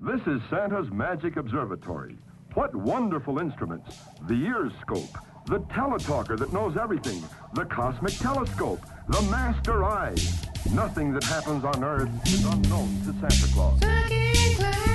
This is Santa's Magic Observatory. What wonderful instruments! The ear scope, the teletalker that knows everything, the cosmic telescope, the master eye. Nothing that happens on Earth is unknown to Santa Claus.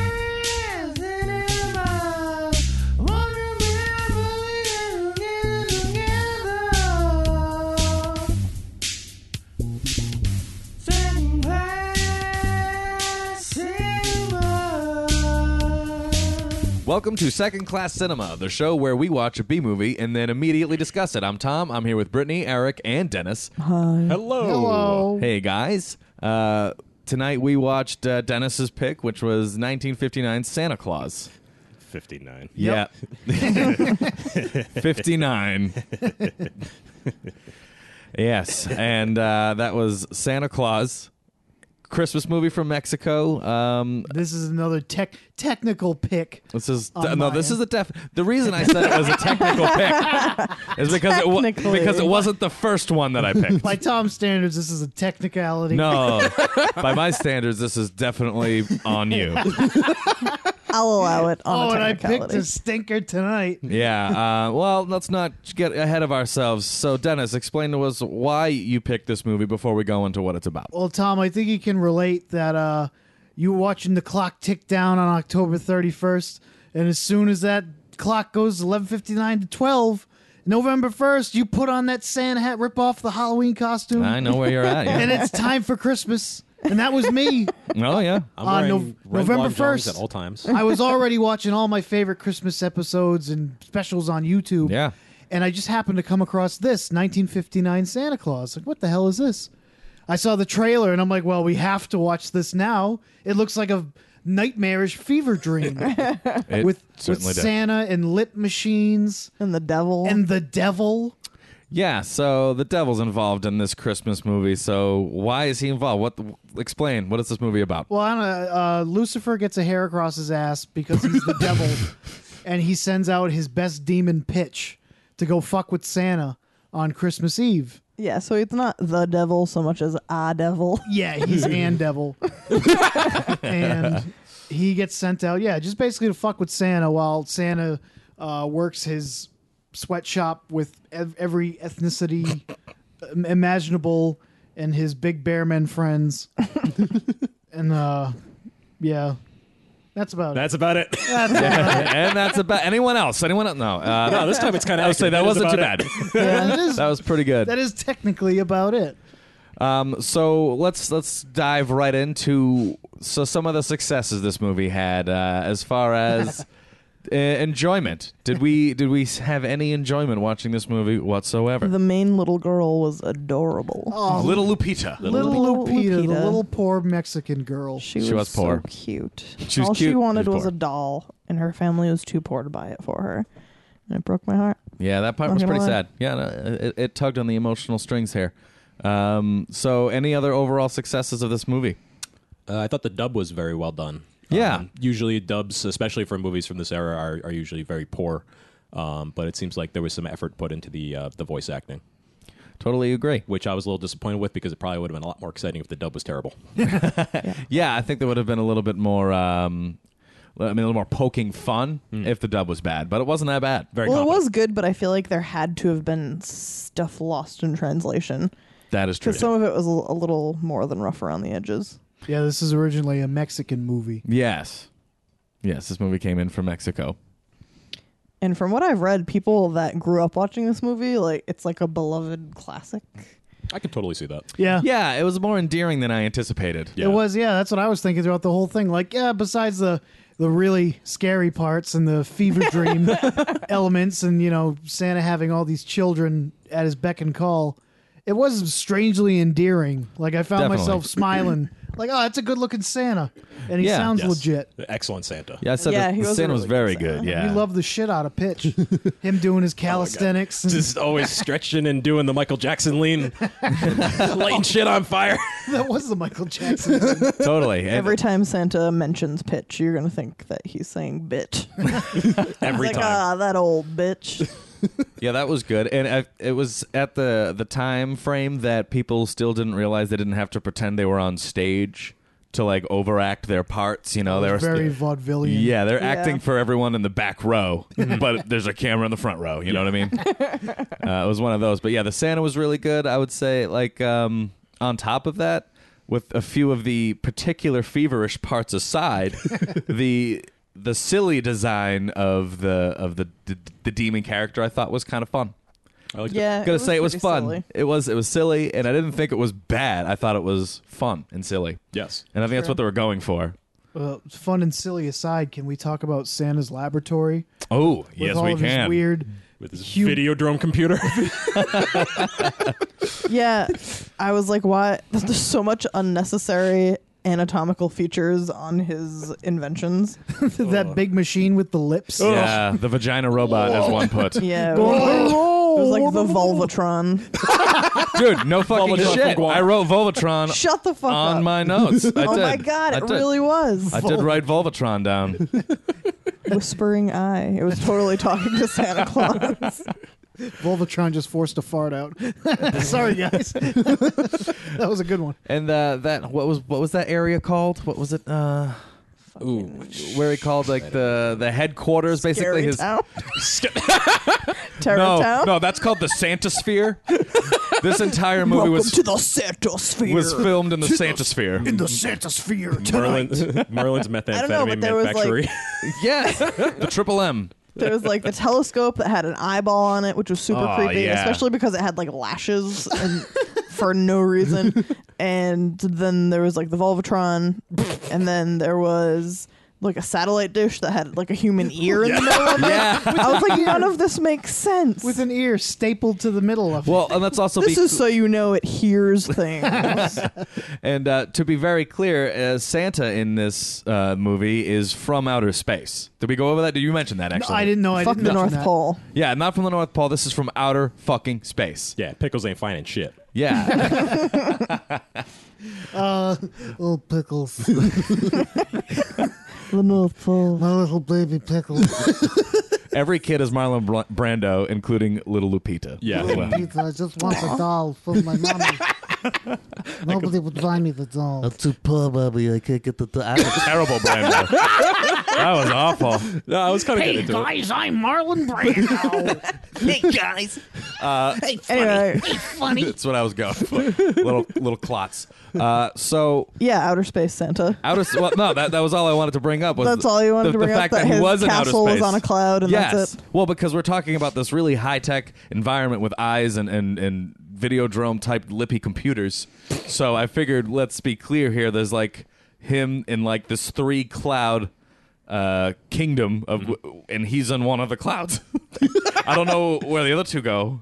Welcome to Second Class Cinema, the show where we watch a B movie and then immediately discuss it. I'm Tom. I'm here with Brittany, Eric, and Dennis. Hello. Hello. Hey, guys. Uh, tonight we watched uh, Dennis's pick, which was 1959 Santa Claus. 59. Yeah. 59. yes. And uh, that was Santa Claus, Christmas movie from Mexico. Um, This is another tech technical pick. This is on no. my This end. is a def. The reason I said it was a technical pick is because it wa- Technically. because it wasn't the first one that I picked. By Tom's standards, this is a technicality. no, by my standards, this is definitely on you. I'll allow it Oh, on a and I picked technicality. a stinker tonight. Yeah. Uh, well, let's not get ahead of ourselves. So, Dennis, explain to us why you picked this movie before we go into what it's about. Well, Tom, I think you can relate that uh, you were watching the clock tick down on October 31st, and as soon as that clock goes 11:59 to 12, November 1st, you put on that Santa hat, rip off the Halloween costume, I know where you're at. Um, and Yeah. it's time for Christmas. And that was me. Oh yeah. I'm On wearing Uh, Nov- red November long johns 1st. at all times. I was already watching all my favorite Christmas episodes and specials on YouTube. Yeah. And I just happened to come across this 1959 Santa Claus. Like, what the hell is this? I saw the trailer and I'm like, well, we have to watch this now. It looks like a nightmarish fever dream It with, with certainly did. Santa and lip machines and the devil. and the devil. Yeah, so the devil's involved in this Christmas movie. So why is he involved? What? The, explain. What is this movie about? Well, I don't know. Uh, Lucifer gets a hair across his ass because he's the devil, and he sends out his best demon pitch to go fuck with Santa on Christmas Eve. yeah, so it's not the devil so much as a devil. Yeah, he's and devil, and he gets sent out. Yeah, just basically to fuck with Santa while Santa uh, works his sweatshop with ev- every ethnicity im- imaginable and his big bearman friends, and uh, yeah, that's about it. That's about it. and that's about anyone else. Anyone else? No. Uh, no, this time it's kind of. I would say that wasn't too bad. Yeah, that is that was pretty that good. is technically about it. Um, so let's let's dive right into so some of the successes this movie had uh, as far as uh, enjoyment. Did we did we have any enjoyment watching this movie whatsoever? The main little girl was adorable. Oh, Little Lupita. little, Little Lupita, the Lupita. little poor Mexican girl. She, She was so poor. cute. She was All cute she and wanted she was was a poor. doll, and her family was too poor to buy it for her. And it broke my heart. Yeah, that part Not was gonna pretty lie. sad. Yeah, no, it, it tugged on the emotional strings here. Um, so any other overall successes of this movie? Uh, I thought the dub was very well done. Yeah. Um, usually dubs, especially for movies from this era, are, are usually very poor. Um, but it seems like there was some effort put into the uh, the voice acting, Totally agree. which I was a little disappointed with because it probably would have been a lot more exciting if the dub was terrible. Yeah, I think there would have been a little bit more. Um, I mean, a little more poking fun if the dub was bad, but it wasn't that bad. Very Well, it competent. was good, but I feel like there had to have been stuff lost in translation That is true. because some of it was a a little more than rough around the edges. Yeah, this is originally a Mexican movie. yes, yes, this movie came in from Mexico. And from what I've read, people that grew up watching this movie, like it's like a beloved classic. I could totally see that. Yeah. Yeah, it was more endearing than I anticipated. Yeah. It was, yeah, that's what I was thinking throughout the whole thing. Like, yeah, besides the the really scary parts and the fever dream elements and, you know, Santa having all these children at his beck and call, it was strangely endearing. Like I found Definitely. myself smiling. Like, oh, that's a good looking Santa. And he Yeah. sounds Yes. legit. Oh Excellent Santa. Yeah, I said Yeah, that he the was a Santa was really very good good. Santa. Yeah, We love the shit out of Pitch. Him doing Oh his calisthenics. and Just always stretching and doing the Michael Jackson lean, lighting shit on fire. that was the Michael Jackson. totally. And- Every time Santa mentions pitch, you're gonna think that he's saying bitch. Every like, uh, time. ah, that old bitch. Yeah, that was good, and I, it was at the the time frame that people still didn't realize they didn't have to pretend they were on stage to like overact their parts. You know, they're very vaudevillian. Yeah, they're Yeah. acting for everyone in the back row, but there's a camera in the front row. You know what I mean? uh, it was one of those. But yeah, the Santa was really good. I would say, like, um, on top of that, with a few of the particular feverish parts aside, the the silly design of the of the the, the demon character I thought was kind of fun. I like Yeah, Gotta say, it was Uh, pretty fun. silly. It was it was silly, and I didn't think it was bad. I thought it was fun and silly, The, yes. and I think that's what they were going for. Well, Uh, fun and silly aside, can we talk about Santa's laboratory? Oh, With yes, all we of can. His weird. With his Hum- video drone computer. Yeah, I was like, why? There's so much unnecessary anatomical features on his inventions. that big machine with the lips. Yeah, the vagina robot, as one put. Yeah, it was like, it was like the Volvatron. Dude, no fucking Volvatron shit. from Guam. I wrote Volvatron Shut the fuck on up. my notes. I did. oh my god, I it did. really was. I did write Volvatron down. Whispering eye. It was totally talking to Santa Claus. Volvatron Oh. just forced a fart out. Sorry, guys. that was a good one. And uh, that what was what was that area called? What was it? Uh, Ooh. where he called like the the headquarters, basically Scary his town. Terror no town. no that's called the Santa Sphere. this entire movie Welcome was to the Santa sphere. was filmed in the Santa Sphere. The Santa Sphere. Merlin's, Merlin's I don't know, but methamphetamine there was, like- manufactory. Yes, the triple M. There was like the telescope that had an eyeball on it, which was super Aw, creepy, yeah. especially because it had like lashes and for no reason. And then there was like the Volvatron, and then there was like a satellite dish that had like a human ear in the middle of it. I was like, none of this makes sense. With an ear stapled to the middle of Well, and that's also this be- is so you know it hears things. And uh, to be very clear, uh, Santa in this uh, movie is from outer space. Did we go over that? Did you mention that it. actually? I didn't know. I Fuck didn't the mention North that. Pole. Yeah, not from the North Pole. This is from outer fucking space. yeah, pickles ain't finding shit. Yeah. Uh, little pickles. The North Pole. My little baby pickles. Every kid is Marlon Br- Brando, including little Lupita. Yeah. as well. I just want a doll from my mommy. Nobody would buy me the doll. I'm too poor, Bobby. I can't get the. the I Terrible Brando. that was awful. No, I was kind of getting into it. I'm Marlon Brando. hey guys. hey, funny. Anyway. Hey, funny. That's what I was going for. little little clots. Uh, so Yeah, outer space Santa. outer. s- Well, no, that, that was all I wanted to bring up. Was That's all you wanted the, to bring the up, fact that that, he his was in outer castle was space. on a cloud and yes. that's it. Well, because we're talking about this really high tech environment with eyes and and and videodrome type lippy computers. So I figured let's be clear here. There's like him in like this three cloud uh kingdom of and he's in one of the clouds. I don't know where the other two go,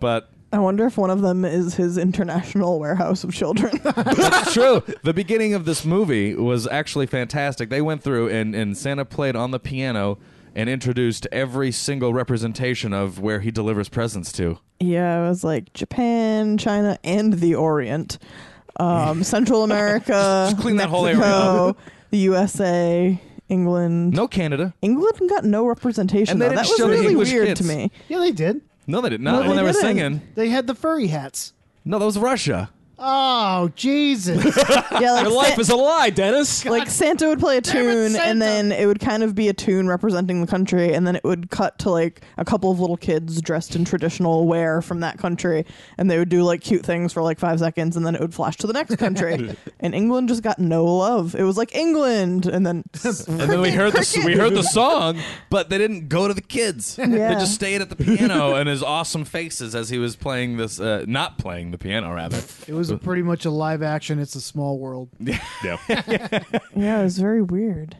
but I wonder if one of them is his international warehouse of children. That's true. The beginning of this movie was actually fantastic. They went through and, and Santa played on the piano and introduced every single representation of where he delivers presents to. Yeah, it was like Japan, China, and the Orient, um, Central America, clean that whole area Mexico, the USA, England. No Canada. England got no representation. And they though. didn't That was show the really English weird kids. to me. Yeah, they did. No, they didn't. Not No, when they, they were didn't. singing. They had the furry hats. No, that was Russia. Oh, Jesus. Yeah, like, Your life Sa- is a lie, Dennis. like Santa would play a tune, and then it would kind of be a tune representing the country, and then it would cut to like a couple of little kids dressed in traditional wear from that country, and they would do like cute things for like five seconds, and then it would flash to the next country. and England just got no love. It was like England, and then And then we heard the we heard the song, but they didn't go to the kids. They Yeah. just stayed at the piano and his awesome faces as he was playing this, uh, not playing the piano rather. It was pretty much a live action. It's a small world. No. yeah, it was very weird.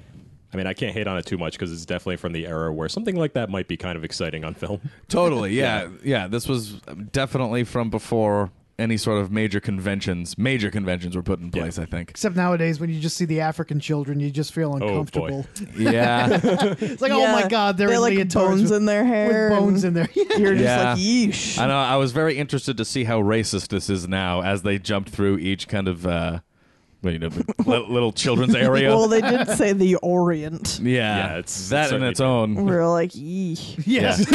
I mean, I can't hate on it too much because it's definitely from the era where something like that might be kind of exciting on film. Totally, yeah, yeah. this was definitely from before any sort of major conventions. Major conventions were put in place, I think. Except nowadays, when you just see the African children, you just feel Oh, uncomfortable. Yeah, it's like, oh my God, they're, they in like leotards bones with, in their hair, with bones in and there. You're Yeah. just like yeesh. I know. I was very interested to see how racist this is now as they jumped through each kind of uh, you know, li- little children's area. Well, they did say the Orient. yeah, Yeah, it's- that it's in its certainly- We own. We're like, yee. yes.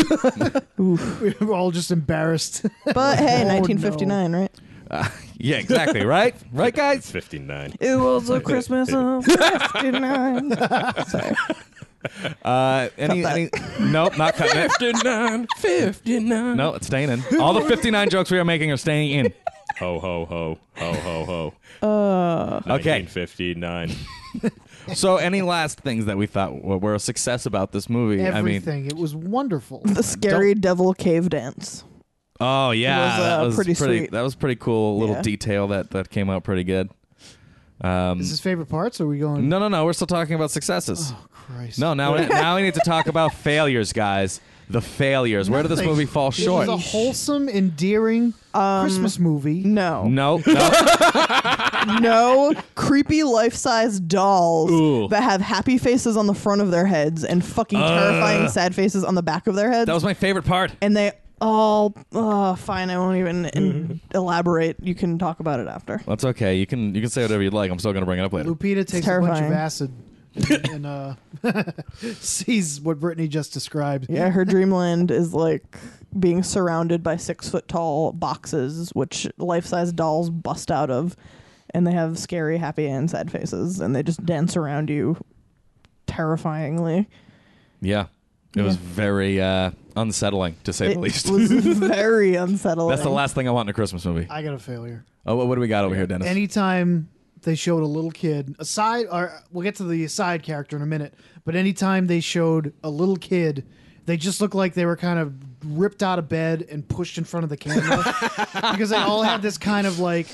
we were all just embarrassed. But hey, Oh, 1959, right? Yeah, exactly. Right, right, guys. 59. It was a Christmas of 59. Uh, any, any, nope, not cutting it. 59. 59. No, it's staying in. All the 59 jokes we are making are staying in. Ho, ho, ho. Ho, ho, ho. Okay. 1959. So, any last things that we thought were were a success about this movie? I mean, Everything. it was wonderful. The scary devil cave dance. oh yeah, was, uh, that was pretty pretty. sweet. That was pretty cool little Yeah. detail that that came out pretty good. Um, Is his favorite parts? Or are we going? no, no, no. We're still talking about successes. Oh. Christ. No, now we, now we need to talk about failures, guys. The failures. Where did this Nothing. movie fall short? It was a wholesome, endearing Um, Christmas movie. No. no, no. No creepy life size dolls Ooh. that have happy faces on the front of their heads and fucking terrifying sad faces on the back of their heads. that was my favorite part. and they all. Uh, fine, I won't even in- elaborate. You can talk about it after. That's okay. You can you can say whatever you'd like. I'm still gonna bring it up later. Lupita takes a bunch of terrifying. acid and, and uh, sees what Brittany just described. Yeah, her dreamland is like being surrounded by six foot tall boxes, which life size dolls bust out of, and they have scary, happy, and sad faces, and they just dance around you terrifyingly. Yeah, it was very uh, unsettling to say It the least. was very unsettling. That's the last thing I want in a Christmas movie. I got a failure. Oh, what, what do we got over here, Dennis? anytime they showed a little kid a side or we'll get to the side character in a minute but anytime they showed a little kid they just looked like they were kind of ripped out of bed and pushed in front of the camera because they all had this kind of like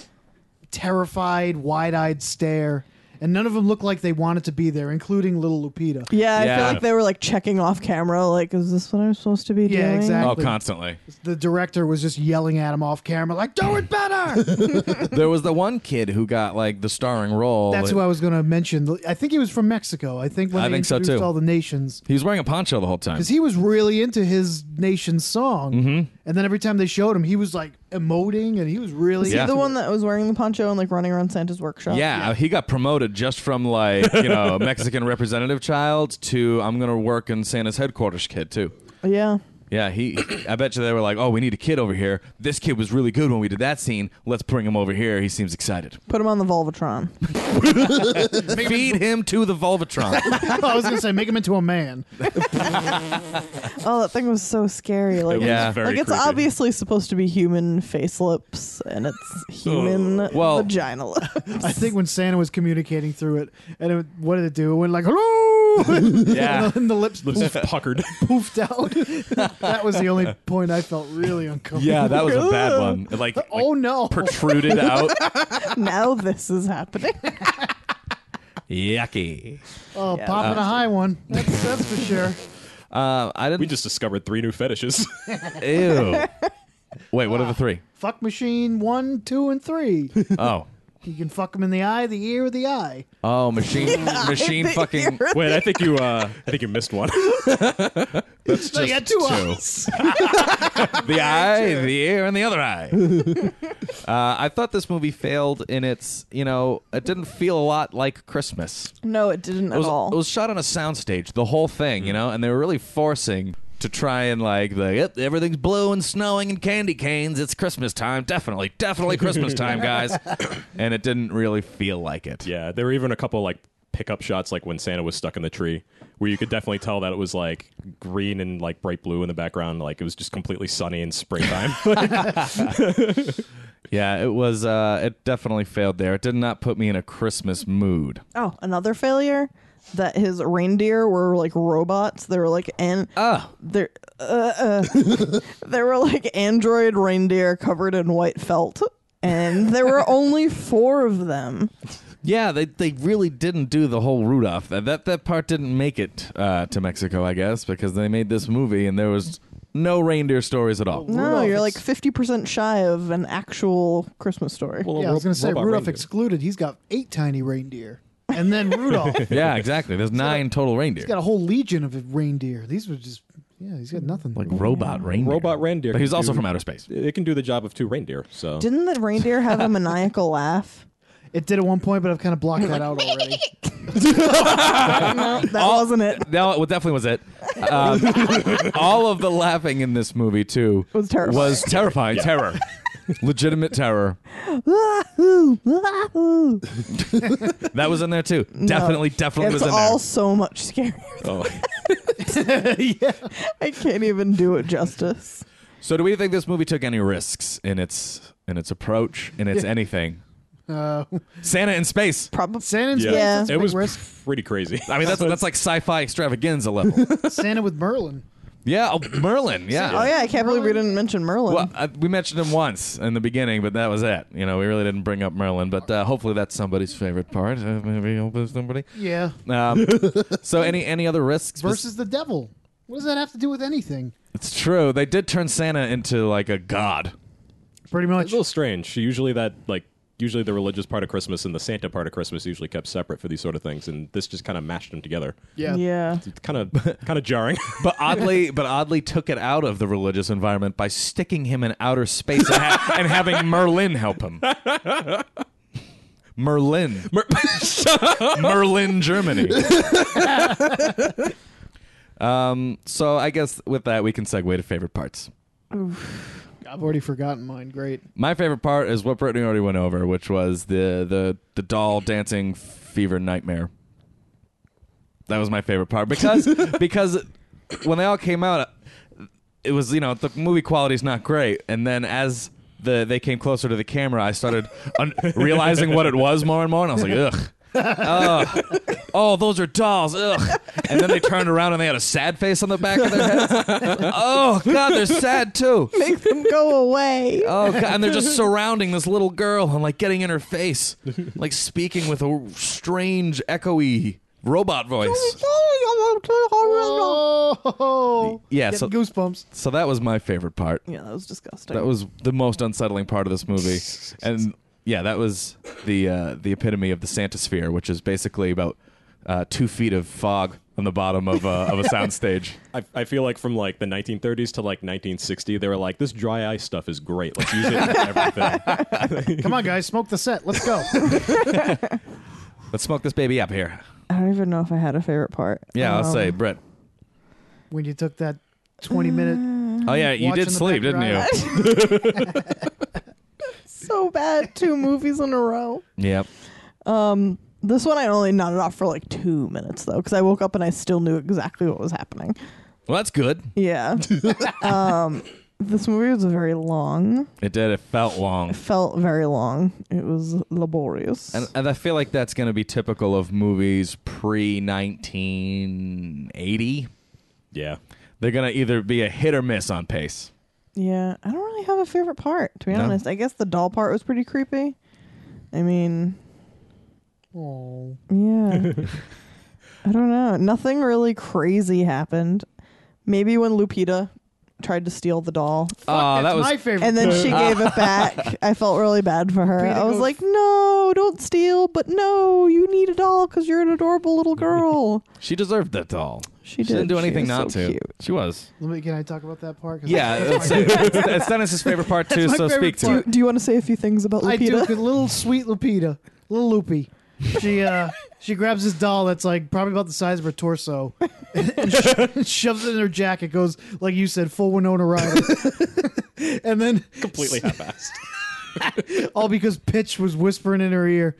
terrified wide-eyed stare and none of them looked like they wanted to be there including little lupita Yeah, I Yeah. feel like they were like checking off camera, like, is this what I'm supposed to be Yeah, doing? exactly. oh, constantly. the director was just yelling at him off camera like do it better there was the one kid who got like the starring role. that's who i was going to mention i think he was from mexico i think when I they think so, introduced too. all the nations He was wearing a poncho the whole time. because he was really into his nation's song. Mm-hmm. And then every time they showed him, he was like emoting, and he was really Is he Yeah. the one that was wearing the poncho and like running around Santa's workshop? yeah, he got promoted just from like you know Mexican representative child to I'm gonna work in Santa's headquarters kid too. Yeah. Yeah, he. I bet you they were like, "Oh, we need a kid over here. This kid was really good when we did that scene. Let's bring him over here. He seems excited. Put him on the Volvatron. Feed him to the Volvatron." I was gonna say make him into a man. Oh, that thing was so scary. Like, It was Yeah. very like it's creepy. obviously supposed to be human face lips and Oh, it's human Well- vagina lips. I think when Santa was communicating through it, and it, what did it do? It went like hello, Yeah. and the lips Lips is puckered. poofed out. that was the only point I felt really uncomfortable. yeah, that was a bad one. It, Like, Oh like no! protruded out. now this is happening. Yucky. oh, Yeah. popping a high one. That's, that's for sure. Uh, I we didn't. just discovered three new fetishes. Ew. Wait, what are the three? Fuck machine one, two, and three. Oh. You can fuck him in the eye, the ear, or the eye. Oh, machine, machine, think fucking. you're- Wait, I think you uh, I think you missed one. They got two eyes. the eye, the ear, and the other eye. uh, I thought this movie failed in its, you know, it didn't feel a lot like Christmas. no, it didn't It was, at all. it was shot on a soundstage, the whole thing, you know, and they were really forcing to try and like, like yep, everything's blue and snowing and candy canes. It's Christmas time, definitely, definitely Christmas time, guys. and it didn't really feel like it. Yeah, there were even a couple like pickup shots, like when Santa was stuck in the tree, where you could definitely tell that it was like green and like bright blue in the background, like it was just completely sunny in springtime. Yeah, it was. Uh, it definitely failed there. It did not put me in a Christmas mood. oh, another failure that his reindeer were like robots. They were like and Oh, they're uh, uh, they were like android reindeer covered in white felt. And there were only four of them. yeah. They they really didn't do the whole Rudolph. That that, that part didn't make it uh, to Mexico, I guess, because they made this movie and there was no reindeer stories at all. No, Rudolph, you're it's- like 50% shy of an actual Christmas story. Yeah, I was going to say Rudolph excluded. He's got eight tiny reindeer, and then Rudolph. he's Yeah, exactly. There's nine total reindeer. got a whole legion of reindeer. These were just yeah. He's got nothing. like robot reindeer. Robot reindeer But he's can also do- from outer space. It can do the job of two reindeer. So Didn't the reindeer have a maniacal laugh? It did at one point, but I've kind of blocked that out already. no, that wasn't it. It No, it definitely was it. Um, all of the laughing in this movie too was terrifying. was terrifying. Terror, legitimate terror. Wahoo, wahoo. That was in there too. Definitely, definitely was It's in all there. so much scarier. Oh, I can't even do it justice. So, do we think this movie took any risks in its in its approach in its anything? Uh, Santa in space. Probably. Santa in yeah. space. That's a It big was risk. pretty crazy. I mean, that's that's like sci-fi extravaganza level. Santa with Merlin. yeah, oh, Merlin. Yeah. Oh yeah, I can't believe we didn't mention Merlin. Well, I, we mentioned him once in the beginning, but that was it. You know, we really didn't bring up Merlin, but uh, hopefully that's somebody's favorite part. Uh, maybe hope it's somebody. Yeah. Um, so any any other risks? Versus the devil. What does that have to do with anything? It's true. They did turn Santa into like a god. Pretty It's much. a little strange. Usually that like usually the religious part of Christmas and the Santa part of Christmas usually kept separate for these sort of things, and this just kind of mashed them together. Yeah. yeah. It's kind of kind of jarring. But oddly, but oddly took it out of the religious environment by sticking him in outer space and, ha- and having Merlin help him. Merlin. Merlin, Germany. um, so I guess with that we can segue to favorite parts. I've already forgotten mine. Great. My favorite part is what Brittany already went over, which was the the the doll dancing fever nightmare. That was my favorite part because because when they all came out, it was you know the movie quality's not great, and then as the they came closer to the camera, I started un- realizing what it was more and more, and I was like, ugh. Ugh. oh, those are dolls. Ugh. And then they turned around and they had a sad face on the back of their heads. Oh, God, they're sad too. Make them go away. Oh god! And they're just surrounding this little girl and like getting in her face, like speaking with a strange, echoey robot voice. Oh, Yeah, Getting so- goosebumps. So that was my favorite part. yeah, that was disgusting. That was the most unsettling part of this movie, and yeah, that was the uh, the epitome of the Santa sphere, which is basically about uh, two feet of fog on the bottom of a, of a soundstage. I, I feel like from like the 1930s to like 1960, they were like, this dry ice stuff is great. Let's use it in everything. Come on, guys, smoke the set. Let's go. Let's smoke this baby up here. I don't even know if I had a favorite part. Yeah, I'll Um, say, Brett. when you took that 20 minute. Oh yeah, you watching did the sleep, back didn't you? So bad. Two movies in a row. Yep. This one I only nodded off for like two minutes though, because I woke up and I still knew exactly what was happening. Well, that's good. Yeah. um, this movie was very long. It did. It felt long. Felt very long. It was laborious. And, and I feel like that's going to be typical of movies pre 1980. yeah. They're going to either be a hit or miss on pace. yeah, I don't really have a favorite part to be No? honest. I guess the doll part was pretty creepy. I mean, Oh. Yeah. I don't know. Nothing really crazy happened. Maybe when Lupita tried to steal the doll Oh, That's that was my favorite. and then she gave it back. I felt really bad for her. Lupita I was goes- like, "No, don't steal, but no, you need a doll cuz you're an adorable little girl." she deserved that doll. She, She didn't do anything was not so to. cute. She was. Let me- can I talk about that part? 'Cause Yeah, that's it's, my favorite. it's, it's Dennis's favorite part too. my So speak favorite to part. it. Do you want to say a few things about I do. Lupita? Good little sweet Lupita, little Loopy. She uh, she grabs this doll that's like probably about the size of her torso, and sho- shoves it in her jacket. Goes like you said, full Winona Ryder, and then Completely half assed. all because Pitch was whispering in her ear,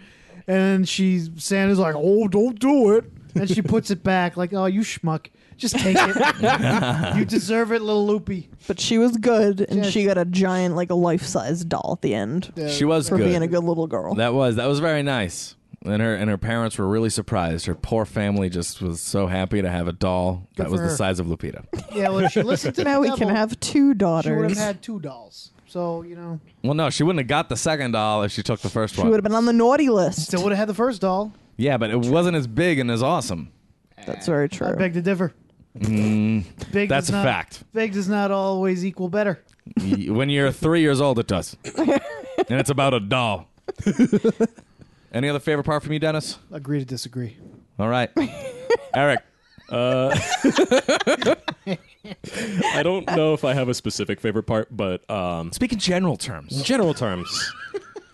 and she Santa's like, "Oh, don't do it," and she puts it back like, "Oh, you schmuck, just take it. you deserve it, little Loopy." But she was good and Yeah, she she- got a giant like a life-size doll at the end She was for being a good. good little girl. That was that was very nice. And her and her parents were really surprised. Her poor family just was so happy to have a doll that for was the her. size of Lupita. Yeah, well, if she listened to now the we devil, can have two She would daughters. have had two dolls, so you know, well, no, she wouldn't have got the second doll if she took the first She would one. have been on the naughty list. still would have had the first doll. Yeah, but it wasn't as big and as awesome. That's very true. Beg to differ. Big Mm, That's does a not, fact. Big does not always equal better. Y- when you're three years old, it does. and it's about a doll. Any other favorite part from you, Dennis? Agree to disagree. All right. Eric. I don't know if I have a specific favorite part, but um, Speak in general terms. general terms.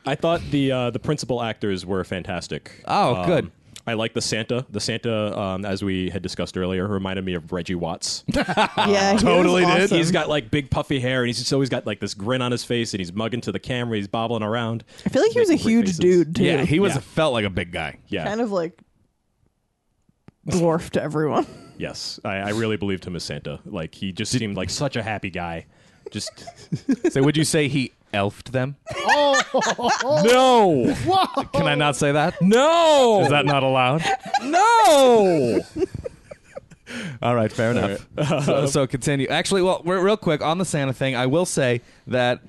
I thought the uh, the principal actors were fantastic. Oh, Um, good. I like the Santa. The Santa, um, as we had discussed earlier, reminded me of Reggie Watts. yeah, he Totally was did. awesome. He's got like big puffy hair, and he's just always got like this grin on his face, and he's mugging to the camera. He's bobbling around. I feel like he was a Making weird huge faces. dude too. Yeah, he was Yeah. felt like a big guy. Yeah. kind of like dwarfed everyone. Yes, I, I really believed him as Santa. Like he just seemed like such a happy guy. Just So would you say he elfed them? no, Can I not say that? no, Is that not allowed? no. All right, fair enough. so, so continue. Actually, well, re- real quick on the Santa thing, I will say that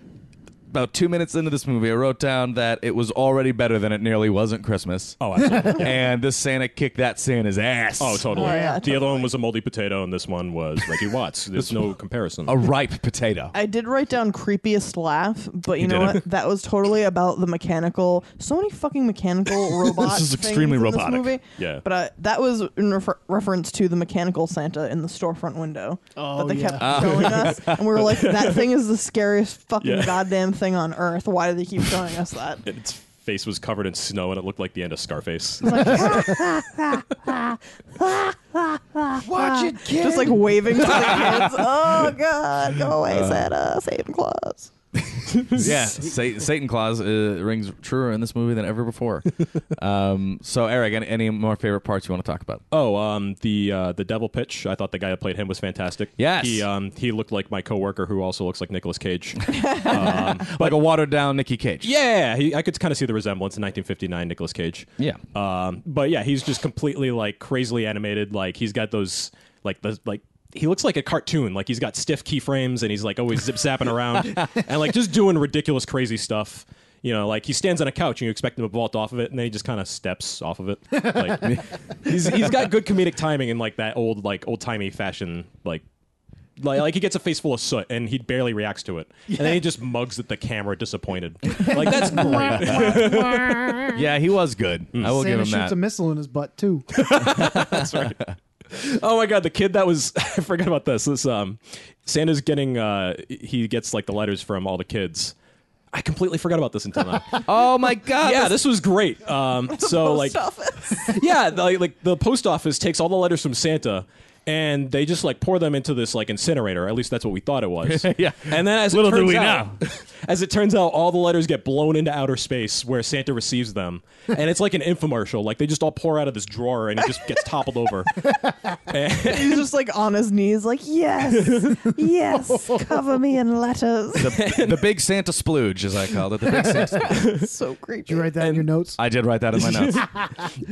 about two minutes into this movie, I wrote down that it was already better than it nearly wasn't Christmas. oh, absolutely. And this Santa kicked that Santa's ass. Oh, totally. Oh, yeah, the other one was a moldy potato, and this one was Reggie Watts. There's no comparison. a ripe potato. I did write down creepiest laugh, but you, know did. what? That was totally about the mechanical. So many fucking mechanical robots. is extremely robotic. movie. Yeah. but uh, that was in refer- reference to the mechanical Santa in the storefront window Oh, that they yeah. kept showing us, and we were like, "That thing is the scariest fucking Yeah. goddamn thing on earth. Why do they keep showing us that?" Its face was covered in snow, and it looked like the end of Scarface. Watch it, kid. Just like waving to the kids. Oh God, go away, Santa, Satan Claus. yeah, Satan, Satan Claus uh, rings truer in this movie than ever before. um, so, Eric, any, any more favorite parts you want to talk about? oh, um, the uh, the Devil Pitch. I thought the guy that played him was fantastic. Yes. he um, he looked like my coworker, who also looks like Nicolas Cage. like a watered down Nicky Cage. Yeah, he, I could kind of see the resemblance in 1959 Nicolas Cage. Yeah. Um, but yeah, he's just completely like crazily animated. Like he's got those like those like he looks like a cartoon. Like he's got stiff keyframes and he's like always zip zapping around and like just doing ridiculous crazy stuff. You know, like he stands on a couch and you expect him to vault off of it, and then he just kind of steps off of it. Like, he's, he's got good comedic timing in like that old like old timey fashion like like, like he gets a face full of soot and he barely reacts to it, and then he just mugs at the camera, disappointed. like that's great. Yeah, he was good. I will Santa give shoots a him that. missile in his butt too. oh my god, the kid that was I forgot about this. This um, Santa's getting uh, he gets like the letters from all the kids. I completely forgot about this until now. Oh my God! yeah, this was great. Um, so like, Post office. yeah, the, like the post office takes all the letters from Santa. And they just like pour them into this like incinerator. At least that's what we thought it was. Yeah. And then as Little it do turns we out, as it turns out, all the letters get blown into outer space where Santa receives them, and it's like an infomercial. Like they just all pour out of this drawer, and it just gets toppled over. He's just like on his knees, like, yes, yes, cover me in letters. the, the big Santa splooge, as I called it. The big Santa. It's so creepy. Did you write that in your notes? I did write that in my notes.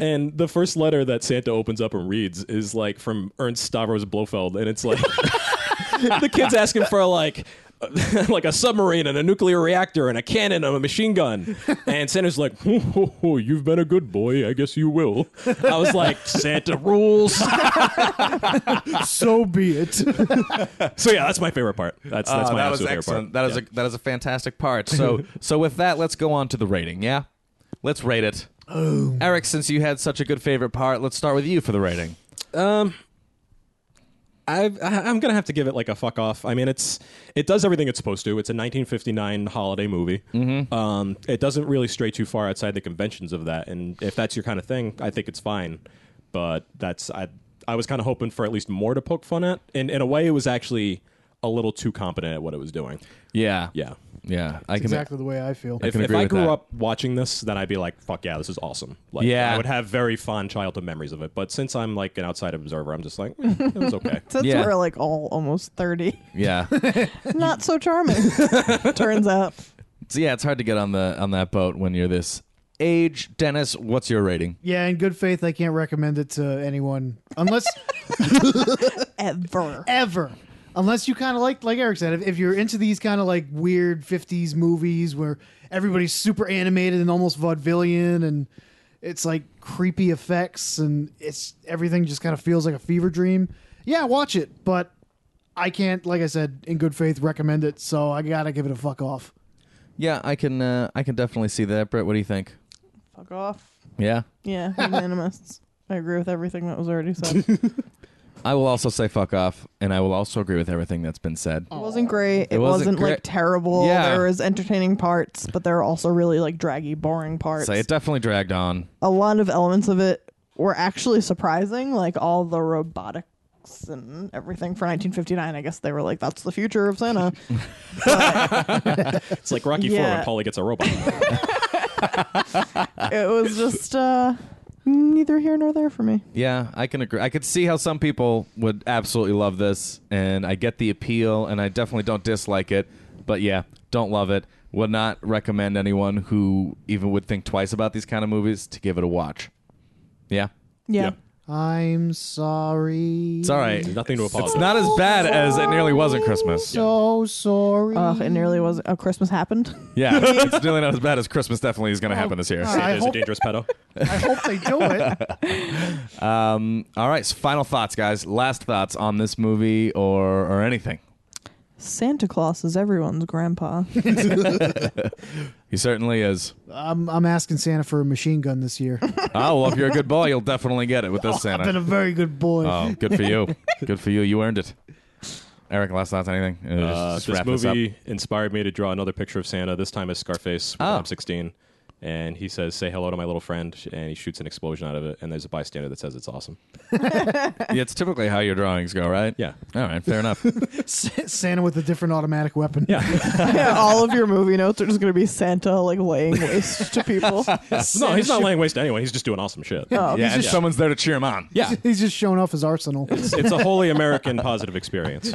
And the first letter that Santa opens up and reads is like from Ernst Stavros Blofeld, and it's like the kid's asking for like like a submarine and a nuclear reactor and a cannon and a machine gun. And Santa's like, "Ho, ho, ho, "You've been a good boy, I guess you will." I was like, "Santa rules." so be it. so yeah, that's my favorite part. That's that's Uh, my that was absolute favorite excellent. part. That is a that is a fantastic part. So so with that, let's go on to the rating. Yeah, let's rate it. Eric, since you had such a good favorite part, let's start with you for the rating. I've, I- I'm gonna have to give it like a fuck off. I mean, it's it does everything it's supposed to. It's a 1959 holiday movie. Mm-hmm. Um, it doesn't really stray too far outside the conventions of that, and if that's your kind of thing, I think it's fine. But that's I I was kind of hoping for at least more to poke fun at, and in a way, it was actually a little too competent at what it was doing. Yeah, Yeah. yeah. I can exactly the way I feel. If, can if agree I with grew that. up watching this, then I'd be like, "Fuck yeah, this is awesome!" Like, Yeah. I would have very fond childhood memories of it. But since I'm like an outside observer, I'm just like, eh, it was okay. Since Yeah. we're like all almost 30, Yeah, not so charming. Turns out. so, yeah. It's hard to get on the on that boat when you're this age. Dennis, what's your rating? Yeah, in good faith, I can't recommend it to anyone unless Ever. ever. Unless you kind of like, like Eric said, if, if you're into these kind of like weird '50s movies where everybody's super animated and almost vaudevillian, and it's like creepy effects and it's everything just kind of feels like a fever dream. Yeah, watch it, but I can't, like I said, in good faith, recommend it. So I gotta give it a fuck off. Yeah, I can uh, I can definitely see that. Britt, what do you think? Fuck off. Yeah. Yeah, unanimous. I agree with everything that was already said. I will also say fuck off, and I will also agree with everything that's been said. It wasn't great. It, wasn't wasn't, great. like terrible. Yeah. There was entertaining parts, but there were also really like draggy, boring parts. So it definitely dragged on. a lot of elements of it were actually surprising, like all the robotics and everything for 1959. I guess they were like, "That's the future of Santa." It's like Rocky Four Yeah. when Polly gets a robot. it was just uh, neither here nor there for me. Yeah, I can agree. I could see how some people would absolutely love this, and I get the appeal, and I definitely don't dislike it. But yeah, don't love it. Would not recommend anyone who even would think twice about these kind of movies to give it a watch. Yeah, Yeah. Yeah. I'm sorry. it's all right. Nothing to apologize. It's not as bad as it nearly was not Christmas. So sorry. Ugh, it nearly was. Oh, Christmas happened. Yeah, it's nearly not as bad as Christmas. Definitely is going to happen this year. all right. I There's a hope- dangerous pedo. I hope they do it. Um, All right, so final thoughts, guys. Last thoughts on this movie or or anything. Santa Claus is everyone's grandpa. He certainly is. I'm, I'm asking Santa for a machine gun this year. Oh well, if you're a good boy, you'll definitely get it with this Santa. Oh, I've been a very good boy. Oh, good for you. Good for you. You earned it. Eric, last thoughts, anything? Uh, Uh, just this wrap this up. movie inspired me to draw another picture of Santa. This time as Scarface. When Oh. I'm 16, and he says, "Say hello to my little friend," and he shoots an explosion out of it. And there's a bystander that says, "It's awesome." Yeah, it's typically how your drawings go, right? Yeah. All right, fair enough. S- Santa with a different automatic weapon. yeah, all of your movie notes are just gonna be Santa like laying waste to people. no, he's not laying waste to anyone. He's just doing awesome shit. Oh, yeah, and someone's there to cheer him on. Yeah. He's just showing off his arsenal. it's a wholly American positive experience.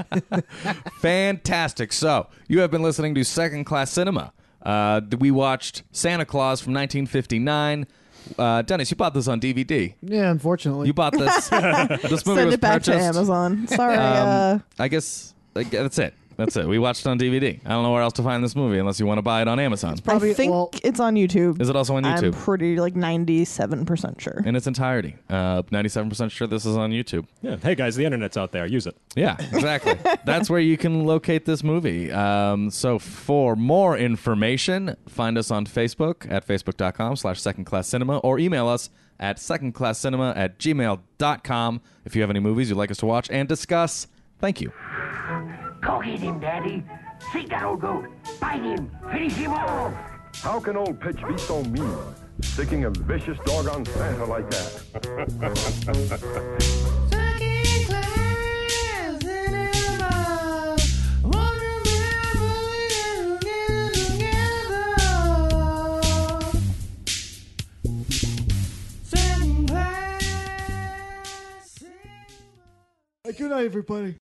Fantastic. So, you have been listening to Second Class Cinema. Uh, we watched Santa Claus from 1959. Uh, Dennis, you bought this on DVD. yeah, unfortunately. You bought this. this movie Send was it back to purchased- Um, Amazon. Sorry. uh, I guess like, that's it. That's it. We watched it on DVD. I don't know where else to find this movie unless you want to buy it on Amazon. probably- I think well- it's on YouTube. Is it also on YouTube? I'm pretty like 97% sure. in its entirety. Uh, 97% sure this is on YouTube. Yeah. Hey guys, the internet's out there. Use it. Yeah, exactly. That's where you can locate this movie. Um, so for more information, find us on Facebook at facebook.com slash second class cinema or email us at secondclasscinema at gmail.com if you have any movies you'd like us to watch and discuss. Thank you. Go get him, Daddy. Seek that old goat. Bite him. Finish him off. How can old Pitch be so mean? Sticking a vicious dog on Santa like that. Second class cinema. Won't remember it again together. Second class cinema. Good night, everybody.